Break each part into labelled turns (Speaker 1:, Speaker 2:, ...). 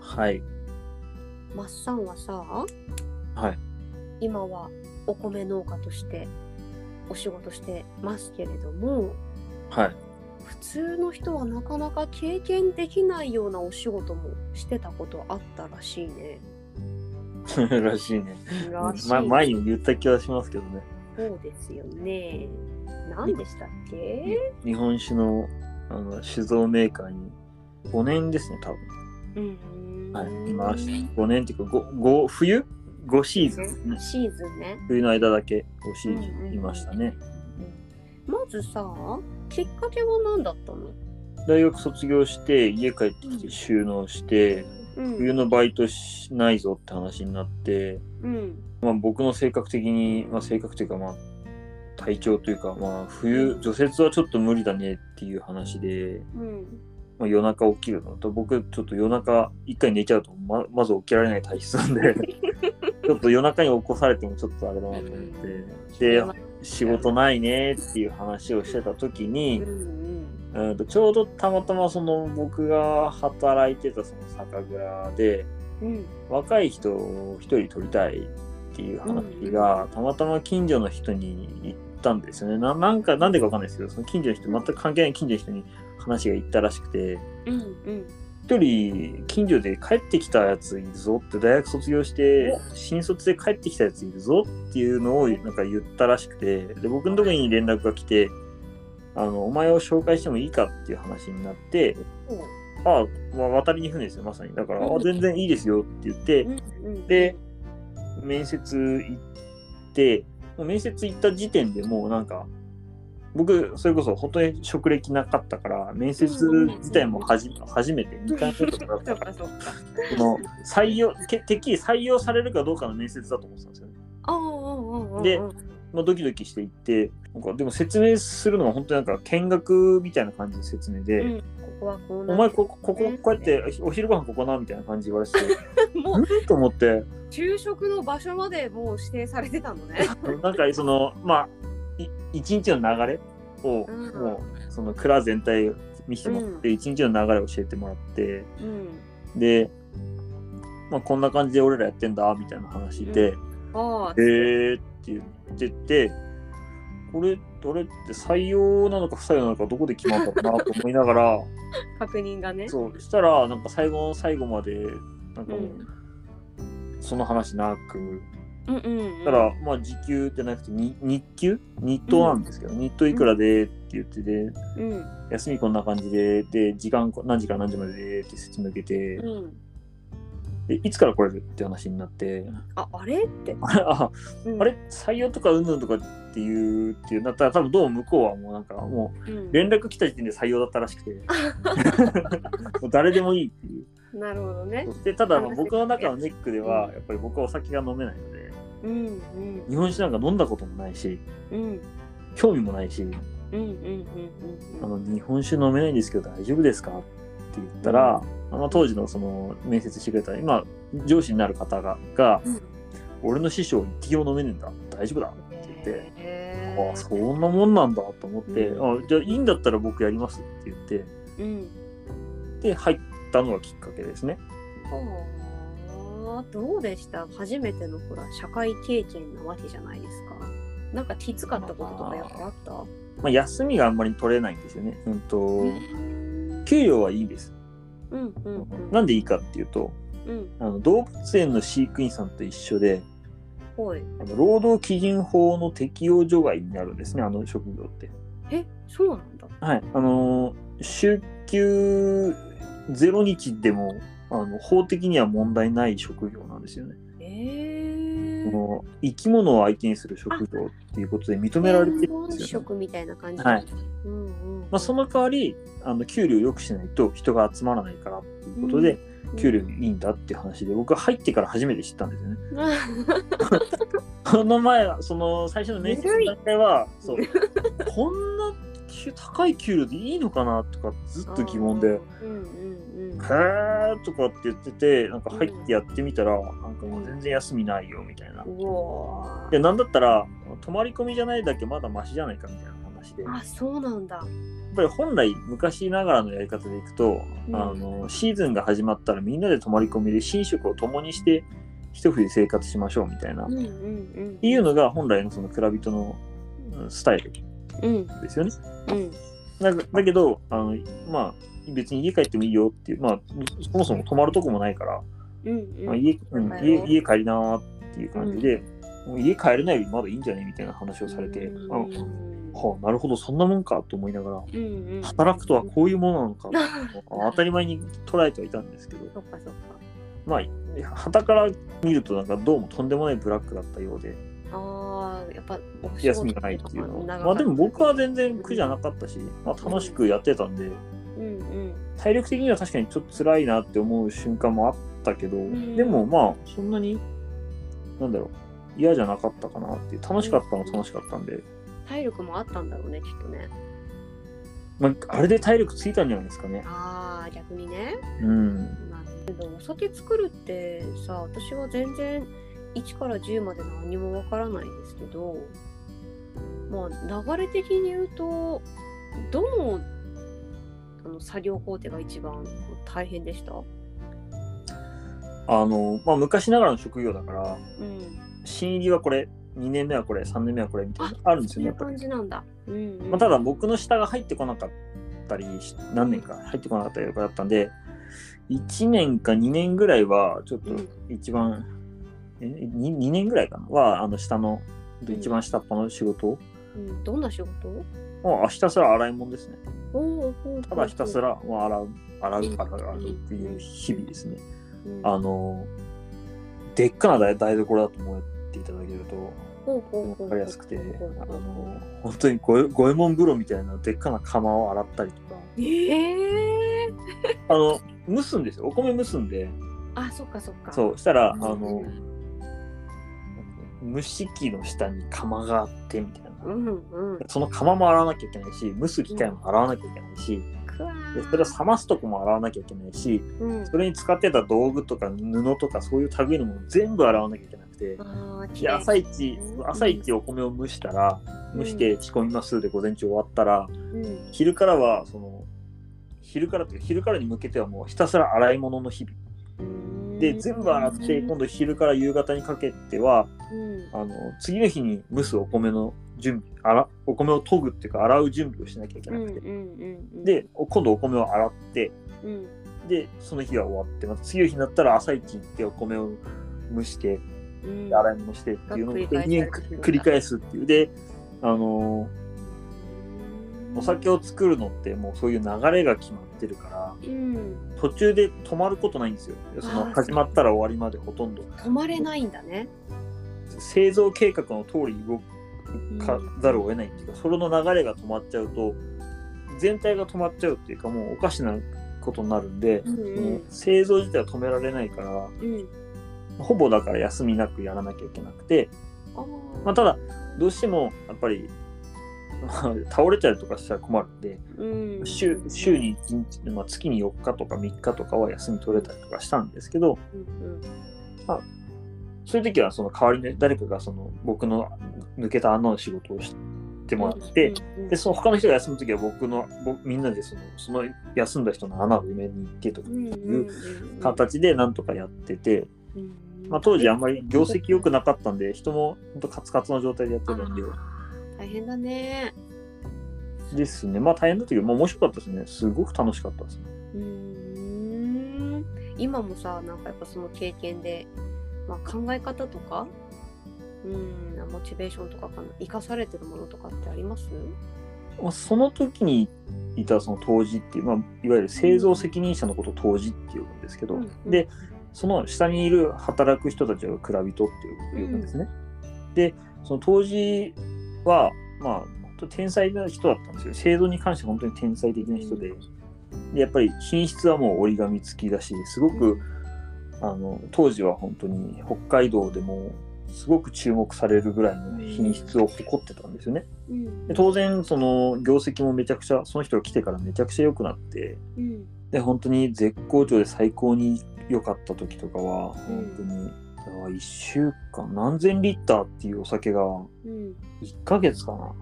Speaker 1: はい。
Speaker 2: マッサンはさ
Speaker 1: はい。
Speaker 2: 今はお米農家としてお仕事してますけれども
Speaker 1: はい。
Speaker 2: 普通の人はなかなか経験できないようなお仕事もしてたことあったらしいね。
Speaker 1: らしい ね。
Speaker 2: らしい
Speaker 1: ま、前に言った気はしますけどね。
Speaker 2: そうですよね。何でしたっけ、
Speaker 1: 日本酒のあの酒造メーカーに5年ですね、多分。
Speaker 2: うん
Speaker 1: はい。いました。5年っていうか、5、5冬 ?5 シーズンですね。
Speaker 2: シーズンね。
Speaker 1: 冬の間だけ5シーズ
Speaker 2: うんうんうん
Speaker 1: ンいましたね。
Speaker 2: まずさ、きっかけは何だったの、
Speaker 1: 大学卒業して、家帰ってきて収納して、
Speaker 2: うん、
Speaker 1: 冬のバイトしないぞって話になって、
Speaker 2: うん。
Speaker 1: まあ、僕の性格的に、まあ、性格というか、まあ、体調というか、まあ、冬除雪はちょっと無理だねっていう話で、
Speaker 2: うん。
Speaker 1: まあ、夜中起きるのと僕ちょっと夜中一回寝ちゃうとままず起きられない体質な んでちょっと夜中に起こされてもちょっとあれだなと思ってで仕事ないねっていう話をしてた時
Speaker 2: う
Speaker 1: に
Speaker 2: ん、うん。
Speaker 1: うん、とちょうどたまたまその僕が働いてたその酒蔵で、
Speaker 2: うん。
Speaker 1: 若い人を一人取りたいっていう話がたまたま近所の人に行ったんですよね。ななんかなんでかわかんないですけどその近所の人全く関係ない近所の人に話が行ったらしくて
Speaker 2: うん。うん。
Speaker 1: 一人近所で帰ってきたやついるぞって大学卒業して新卒で帰ってきたやついるぞっていうのをなんか言ったらしくてで僕のところに連絡が来てあのお前を紹介してもいいかっていう話になって
Speaker 2: そう
Speaker 1: ああ、まあ、渡りに船ですよまさにだから
Speaker 2: うん
Speaker 1: あ全然いいですよって言って。
Speaker 2: うん。
Speaker 1: で、面接行って面接行った時点でもうなんか僕それこそ本当に職歴なかったから面接自体もはじ初めて2回目とかだっ
Speaker 2: そ
Speaker 1: た
Speaker 2: う
Speaker 1: か
Speaker 2: か
Speaker 1: ら
Speaker 2: そうか。
Speaker 1: その採用ててっきり採用されるかどうかの面接だと思ってたんですよね。
Speaker 2: ああ、ああ、ああ。
Speaker 1: で
Speaker 2: うん
Speaker 1: まあ、ドキドキして行ってなんかでも説明するのは本当になんか見学みたいな感じの説明で。
Speaker 2: うん、ここはこうなっ
Speaker 1: お
Speaker 2: て
Speaker 1: 前こここここうやってお昼ご飯ここなみたいな感じ言われてて
Speaker 2: もう
Speaker 1: うんと思って
Speaker 2: 昼食の場所までもう指定されてたのね。
Speaker 1: なんかそのまあい一日の流れを、
Speaker 2: うん
Speaker 1: もうその蔵全体を見せてもらって、一日の流れを教えてもらって
Speaker 2: うん。
Speaker 1: で、まあ、こんな感じで俺らやってんだみたいな話で
Speaker 2: ああ
Speaker 1: 「え、ー」って言っててこれどれって採用なのか不採用なのかどこで決まったかなと思いながら
Speaker 2: 確認がね。
Speaker 1: そうしたらなんか最後の最後までなんかもう、
Speaker 2: うん
Speaker 1: その話なく。
Speaker 2: うんうんうん。
Speaker 1: たら、まあ、時給ってなくてに日給日当なんですけど、日当いくらでって言ってて、
Speaker 2: うん
Speaker 1: 休みこんな感じでで時間こ何時から何時まででって説明受けて、
Speaker 2: うん。
Speaker 1: でいつから来れるって話になって、
Speaker 2: あ、あれって。
Speaker 1: あ
Speaker 2: うん
Speaker 1: あれ採用とかうんぬんとかっていうっていうなったら多分どうも向こうはもうなんかも
Speaker 2: う
Speaker 1: うん連絡来た時点で採用だった らしくてもう誰でもいいっていう
Speaker 2: なるほどね。
Speaker 1: でただまあ僕の中のネックではやっぱり僕はお酒が飲めないので
Speaker 2: うんうん。
Speaker 1: 日本酒なんか飲んだこともないし
Speaker 2: うん
Speaker 1: 興味もないし
Speaker 2: うんうんうん
Speaker 1: あ
Speaker 2: うん
Speaker 1: の日本酒飲めないんですけど大丈夫ですかって言ったら、あの当時のその面接してくれた今上司になる方がが
Speaker 2: うん。
Speaker 1: 俺の師匠一滴も飲めねえんだ大丈夫だって言って、
Speaker 2: へ
Speaker 1: あ
Speaker 2: ー
Speaker 1: あそんなもんなんだと思って、
Speaker 2: う
Speaker 1: あじゃあいいんだったら僕やりますって言って
Speaker 2: うん。
Speaker 1: で入ったのがきっかけですね
Speaker 2: はあどうでした初めてのほら社会経験なわけじゃないですか。なんかきつかったこととかやっぱあった
Speaker 1: まあ、休みがあんまり取れないんですよねうんと
Speaker 2: うん
Speaker 1: 給料はいいです、
Speaker 2: うんうん。
Speaker 1: なんでいいかっていうと
Speaker 2: うん。
Speaker 1: あの動物園の飼育員さんと一緒で
Speaker 2: ほい。
Speaker 1: あの労働基準法の適用除外になるんですねあの職業って
Speaker 2: え、そうなんだ。
Speaker 1: はい、あのー週休0日でもあの法的には問題ない職業なんですよね。
Speaker 2: え
Speaker 1: そ
Speaker 2: ー。
Speaker 1: の生き物を相手にする職業っていうことで認められてるん
Speaker 2: 本
Speaker 1: ですよ、ね。
Speaker 2: 職みたいな感じ。
Speaker 1: はい。
Speaker 2: うんうん。
Speaker 1: まあ、その代わりあの給料良くしないと人が集まらないからっていうことで、
Speaker 2: うん
Speaker 1: 給料いいんだっていう話で僕は入ってから初めて知ったんで すよね。
Speaker 2: うん
Speaker 1: その前はその最初の面接の段階は
Speaker 2: ず
Speaker 1: そ
Speaker 2: る
Speaker 1: うこんな給高い給料でいいのかなとかずっと疑問で。
Speaker 2: うんうんうん。
Speaker 1: へーとかって言っててなんか入ってやってみたら、なんかもう全然休みないよみたいな。
Speaker 2: うわ
Speaker 1: でなんだったら泊まり込みじゃないだけまだマシじゃないかみたいな話話で、や
Speaker 2: あ、そうなんだ。
Speaker 1: っぱり本来昔ながらのやり方でいくと、
Speaker 2: うん
Speaker 1: あのシーズンが始まったらみんなで泊まり込みで寝食を共にして一冬生活しましょうみたいな、
Speaker 2: う
Speaker 1: っ
Speaker 2: んうんうん。って
Speaker 1: いうのが本来のその蔵人のうんスタイル
Speaker 2: うん
Speaker 1: ですよね。
Speaker 2: うん
Speaker 1: だだけどあの、まあ、別に家帰ってもいいよっていう、まあ、そもそも泊まるとこもないから、
Speaker 2: うん
Speaker 1: ま
Speaker 2: う
Speaker 1: あ
Speaker 2: ん。
Speaker 1: 家うん
Speaker 2: そうだよ
Speaker 1: 家家帰りなーっていう感じで、もう家帰れないよりまだいいんじゃねみたいな話をされて、
Speaker 2: うん
Speaker 1: あはあ、なるほどそんなもんかと思いながら
Speaker 2: うんうん。
Speaker 1: 働くとはこういうものな のか、
Speaker 2: な
Speaker 1: あ当たり前に捉えてはいたんですけど
Speaker 2: そっかそっか。
Speaker 1: まあ旗から見るとなんかどうもとんでもないブラックだったようで
Speaker 2: ああ、やっぱお仕事
Speaker 1: 休みがないっていうの
Speaker 2: とか
Speaker 1: は
Speaker 2: 長
Speaker 1: ま
Speaker 2: か
Speaker 1: あ
Speaker 2: った
Speaker 1: でも僕は全然苦じゃなかったし、まあ、楽しくやってたんで
Speaker 2: うん
Speaker 1: 体力的には確かにちょっと辛いなって思う瞬間もあったけど、
Speaker 2: ん
Speaker 1: でもまあそんなになんだろう嫌じゃなかったかなっていう楽しかったのは楽しかったんで、
Speaker 2: うん。体力もあったんだろうね、きっとね。
Speaker 1: まあ、あれで体力ついたんじゃないですかね。
Speaker 2: ああ、逆にね。
Speaker 1: うん、
Speaker 2: まあ、けどお酒作るってさ、私は全然1から10まで何もわからないですけど、まあ、流れ的に言うと、どのあの作業工程が一番大変でした
Speaker 1: あのまあ昔ながらの職業だから
Speaker 2: うん。
Speaker 1: 新入りはこれ2年目はこれ3年目はこれみたいなのあるんです
Speaker 2: そうい
Speaker 1: よねや
Speaker 2: う
Speaker 1: っぱり
Speaker 2: 感じなんだ。うん、うん。
Speaker 1: まあ、ただ僕の下が入ってこなかったりし何年か入ってこなかったりとかだったんで1年か2年ぐらいはちょっと
Speaker 2: うん
Speaker 1: 一番、え 2, 2年ぐらいかなはあの下の
Speaker 2: うん
Speaker 1: 一番下っ端の仕事を、
Speaker 2: うん、どんな仕事
Speaker 1: もうひたすら洗い物ですね
Speaker 2: おーほう
Speaker 1: ただひたす
Speaker 2: ら、
Speaker 1: らもう洗う洗う洗う洗うっていう日々ですね、
Speaker 2: うん
Speaker 1: あのでっかな台台所だと思っていただけると
Speaker 2: ほうほうほうほう
Speaker 1: 分かりやすくてあ
Speaker 2: ほうほうほう
Speaker 1: の本当に五右衛五右衛門風呂みたいなでっかな釜を洗ったりとか
Speaker 2: ええー、
Speaker 1: あの蒸すんですよお米蒸すんで
Speaker 2: あそっかそっかう
Speaker 1: そうしたらあ
Speaker 2: うん
Speaker 1: の蒸し器の下に釜があってみたいな、
Speaker 2: うんうん
Speaker 1: その釜も洗わなきゃいけないし蒸す機械も洗わなきゃいけないし
Speaker 2: くわー
Speaker 1: でそれを冷ますとこも洗わなきゃいけないし
Speaker 2: うん
Speaker 1: それに使ってた道具とか布とかそういう類のもの全部洗わなきゃいけなくて。
Speaker 2: あー綺
Speaker 1: で
Speaker 2: 麗
Speaker 1: 朝一
Speaker 2: うん
Speaker 1: 朝一お米を蒸したら
Speaker 2: うん
Speaker 1: 蒸して仕込みますで午前中終わったら
Speaker 2: うん
Speaker 1: 昼からはその昼からっていうか昼からに向けてはもうひたすら洗い物の日々
Speaker 2: うん
Speaker 1: で全部洗って今度昼から夕方にかけては
Speaker 2: うん
Speaker 1: あの次の日に蒸すお米の準備洗お米を研ぐっていうか洗う準備をしなきゃいけ
Speaker 2: う
Speaker 1: なんくて、
Speaker 2: うんうん
Speaker 1: でお今度お米を洗って
Speaker 2: うん
Speaker 1: でその日は終わってまた次の日になったら朝一行ってお米を蒸して
Speaker 2: うん
Speaker 1: 洗い物してっていうのを
Speaker 2: が繰り返されて
Speaker 1: 延々
Speaker 2: くるんだ
Speaker 1: 繰り返すっていうであのお酒を作るのってもうそういう流れが決まってるか
Speaker 2: う
Speaker 1: ら
Speaker 2: ん
Speaker 1: 途中で止まることないんですよそ
Speaker 2: あ
Speaker 1: の
Speaker 2: ー
Speaker 1: 始まったら終わりまでほとんど
Speaker 2: 止まれないんだね
Speaker 1: 製造計画の通り動か
Speaker 2: うん
Speaker 1: ざるを得ないっていうか、それの流れが止まっちゃうと全体が止まっちゃうっていうかもうおかしなことになるんで、
Speaker 2: うん
Speaker 1: もう製造自体は止められないから
Speaker 2: うんうん
Speaker 1: ほぼだから休みなくやらなきゃいけなくて、
Speaker 2: あー
Speaker 1: まあ、ただどうしてもやっぱり 倒れちゃうとかしたら困るんで
Speaker 2: うん
Speaker 1: 週週に1日、まあ、月に4日とか3日とかは休み取れたりとかしたんですけど
Speaker 2: うん
Speaker 1: そういう時はその代わりに誰かがその僕の抜けた穴の仕事をしてもらって、
Speaker 2: うんうん
Speaker 1: でその他の人が休む時は僕の僕みんなでそのその休んだ人の穴を埋めに行ってとか
Speaker 2: うんうんうん
Speaker 1: 形でなんとかやってて、
Speaker 2: うん
Speaker 1: まあ、当時あんまり業績良くなかったんで人もほんとカツカツの状態でやってるんで
Speaker 2: あー大変だね
Speaker 1: ですねまあ大変だったけど、まあ、面白かったですねすごく楽しかったですね。
Speaker 2: うーん今もさなんかやっぱその経験で、まあ、考え方とかうんモチベーションとかかな生かされてるものとかってあります
Speaker 1: まあ、その時にいたその当時っていう、まあ、いわゆる製造責任者のことを当時って呼ぶんですけど、
Speaker 2: うんうん
Speaker 1: でその下にいる働く人たちを蔵人って呼ぶんですね。でその当時はまあ本当天才な人だったんですよ製造に関しては本当に天才的な人で,、でやっぱり品質はもう折り紙付きだしすごく、あの当時は本当に北海道でもすごく注目されるぐらいの品質を誇ってたんですよね。
Speaker 2: うん
Speaker 1: で当然その業績もめちゃくちゃその人が来てからめちゃくちゃ良くなって
Speaker 2: うん
Speaker 1: で本当に絶好調で最高に良かった時とか
Speaker 2: うん
Speaker 1: は本当に、あ1週間何千リッターっていうお酒が
Speaker 2: うん
Speaker 1: 1ヶ月かな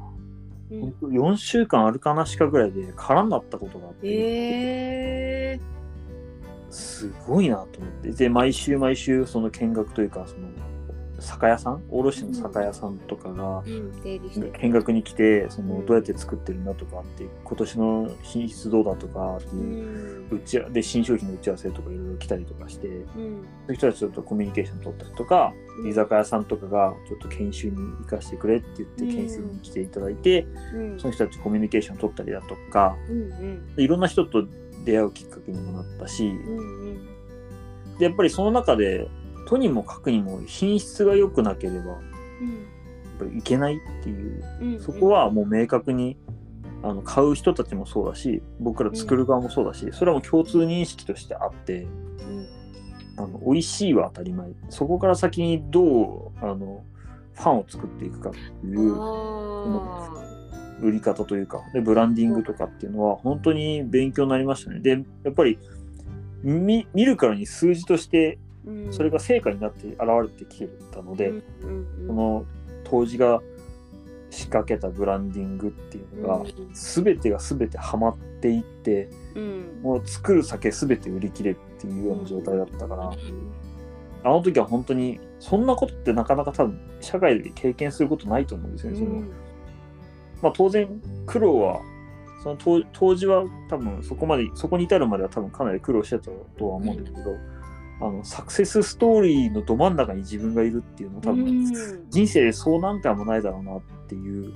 Speaker 2: ううん
Speaker 1: 本当4週間歩かなしかぐらいで空になったことがあって、
Speaker 2: え
Speaker 1: すごいなと思ってで毎週毎週その見学というかその酒屋さん卸の酒屋さんとかが
Speaker 2: ー、うん、整理して。
Speaker 1: 見学に来てその
Speaker 2: うん
Speaker 1: どうやって作ってるんだとかって今年の品質どうだとかって
Speaker 2: う
Speaker 1: いうん打ち合わで新商品の打ち合わせとかいろいろ来たりとかして
Speaker 2: う
Speaker 1: そういう人たちとコミュニケーション取ったりとか
Speaker 2: ん
Speaker 1: 居酒屋さんとかがちょっと研修に行かせてくれって言って
Speaker 2: うん
Speaker 1: 研修に来ていただいて、
Speaker 2: うん
Speaker 1: その人たちとコミュニケーション取ったりだとか
Speaker 2: うんうん
Speaker 1: いろんな人と出会うきっかけにもなったし
Speaker 2: うんうん
Speaker 1: でやっぱりその中でとにもかくにも品質が良くなければやっぱりいけないっていう
Speaker 2: うんうん
Speaker 1: そこはもう明確にあの買う人たちもそうだし僕ら作る側もそうだしそれはもう共通認識としてあって。
Speaker 2: うん
Speaker 1: あの美味しいは当たり前そこから先にどうあのファンを作っていくかっていう
Speaker 2: あ
Speaker 1: 売り方というかでブランディングとかっていうのは本当に勉強になりましたねでやっぱり見見るからに数字として
Speaker 2: ーうん
Speaker 1: それが成果になって現れてきてたので、
Speaker 2: うんうん
Speaker 1: その当時が仕掛けたブランディングっていうのが、全てが全てハマっていって
Speaker 2: うん
Speaker 1: もう作る酒全て売り切れっていうような状態だったから、あの時は本当にそんなことってなかなか多分社会で経験することないと思うんですよね。そのまあ、当然苦労はその当当時は多分そこまでそこに至るまでは多分かなり苦労してたとは思うんだけど、あのサクセスストーリーのど真ん中に自分がいるっていうのは多分、
Speaker 2: うん
Speaker 1: 人生でそう何回もないだろうなっていう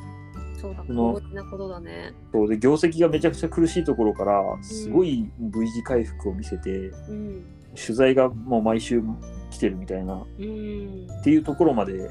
Speaker 2: そうだ
Speaker 1: その
Speaker 2: 大きなことだね
Speaker 1: そうで業績がめちゃくちゃ苦しいところからすごい V 字回復を見せて、
Speaker 2: うん
Speaker 1: 取材がもう毎週来てるみたいな
Speaker 2: うん
Speaker 1: っていうところまで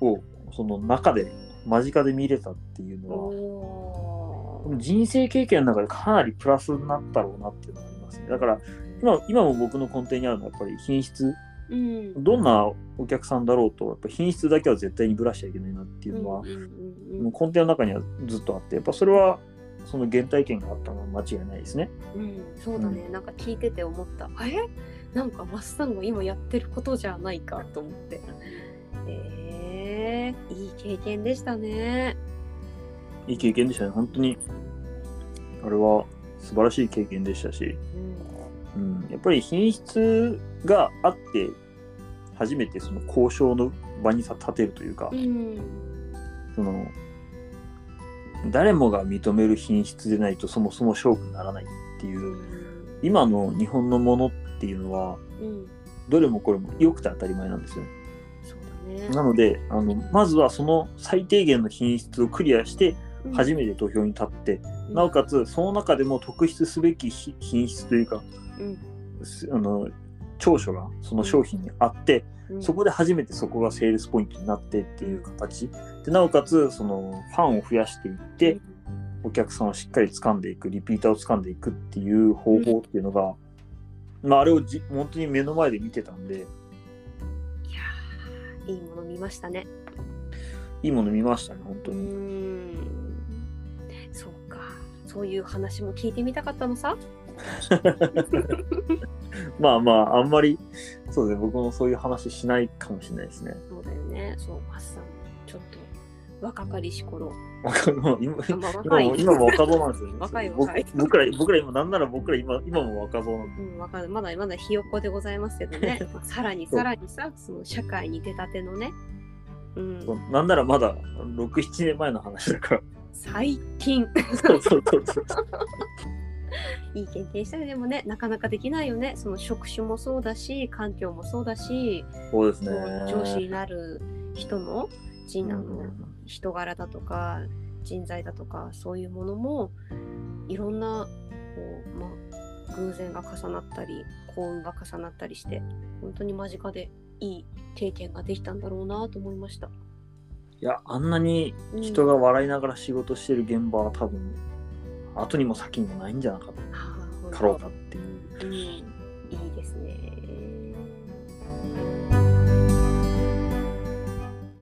Speaker 1: をその中で間近で見れたっていうのは
Speaker 2: おー
Speaker 1: 人生経験の中でかなりプラスになったろうなっていうのはありますねだから今今も僕の根底にあるのはやっぱり品質
Speaker 2: うん
Speaker 1: どんなお客さんだろうとやっぱ品質だけは絶対にぶらしちゃいけないなっていうのは、
Speaker 2: うんうん
Speaker 1: もう根底の中にはずっとあってやっぱそれはその原体験があったのは間違いないですね。
Speaker 2: うんうんそうだねなんか聞いてて思ったえなんかマスさんが今やってることじゃないかと思ってえー、いい経験でしたね
Speaker 1: いい経験でしたね本当にあれは素晴らしい経験でしたし
Speaker 2: うん
Speaker 1: うん、やっぱり品質があって初めてその交渉の場に立てるというか、
Speaker 2: うん
Speaker 1: その誰もが認める品質でないとそもそも勝負にならないっていううん今の日本のものっていうのは
Speaker 2: うん
Speaker 1: どれもこれも良くて当たり前なんですよ
Speaker 2: そうだね
Speaker 1: なのであのまずはその最低限の品質をクリアして
Speaker 2: うん
Speaker 1: 初めて土俵に立って、なおかつその中でも特筆すべきひ品質というか
Speaker 2: うん
Speaker 1: すあの長所がその商品にあって、
Speaker 2: うん
Speaker 1: そこで初めてそこがセールスポイントになってっていう形でなおかつそのファンを増やしていってお客さんをしっかり掴んでいくリピーターを掴んでいくっていう方法っていうのが、まあ、あれをじ本当に目の前で見てたんで
Speaker 2: いやーいいもの見ましたね
Speaker 1: いいもの見ましたね本当
Speaker 2: うーん
Speaker 1: に、
Speaker 2: そうかそういう話も聞いてみたかったのさ
Speaker 1: まあまああんまりそうですね僕もそういう話しないかもしれないですね
Speaker 2: そうだよねそうマスさんちょっと若かりし頃
Speaker 1: もう今
Speaker 2: あまあ若
Speaker 1: 今
Speaker 2: い
Speaker 1: も今も若造なんですよね
Speaker 2: 若い
Speaker 1: 僕
Speaker 2: 若い
Speaker 1: 僕ら僕ら今なんなら僕ら今今も若造なんで
Speaker 2: うん、わかるまだまだひよっこでございますけど ねまあさらに
Speaker 1: そう
Speaker 2: さらにさその社会に出たてのね、うん、
Speaker 1: なんならまだ67年前の話だ から
Speaker 2: 最近
Speaker 1: そうそうそうそう
Speaker 2: いい経験したねでもねなかなかできないよねその職種もそうだし環境もそうだし、
Speaker 1: そうです
Speaker 2: こ
Speaker 1: ね
Speaker 2: う上司になる人の人あの、人柄だとか人材だとかそういうものもいろんなこう、まあ、偶然が重なったり幸運が重なったりして本当に間近でいい経験ができたんだろうなと思いました。
Speaker 1: いやあんなに
Speaker 2: うん
Speaker 1: 人が笑いながら仕事してる現場は多分後にも先にもないんじゃなかっ
Speaker 2: はあ
Speaker 1: たかろうかっていう。
Speaker 2: うんいいですね。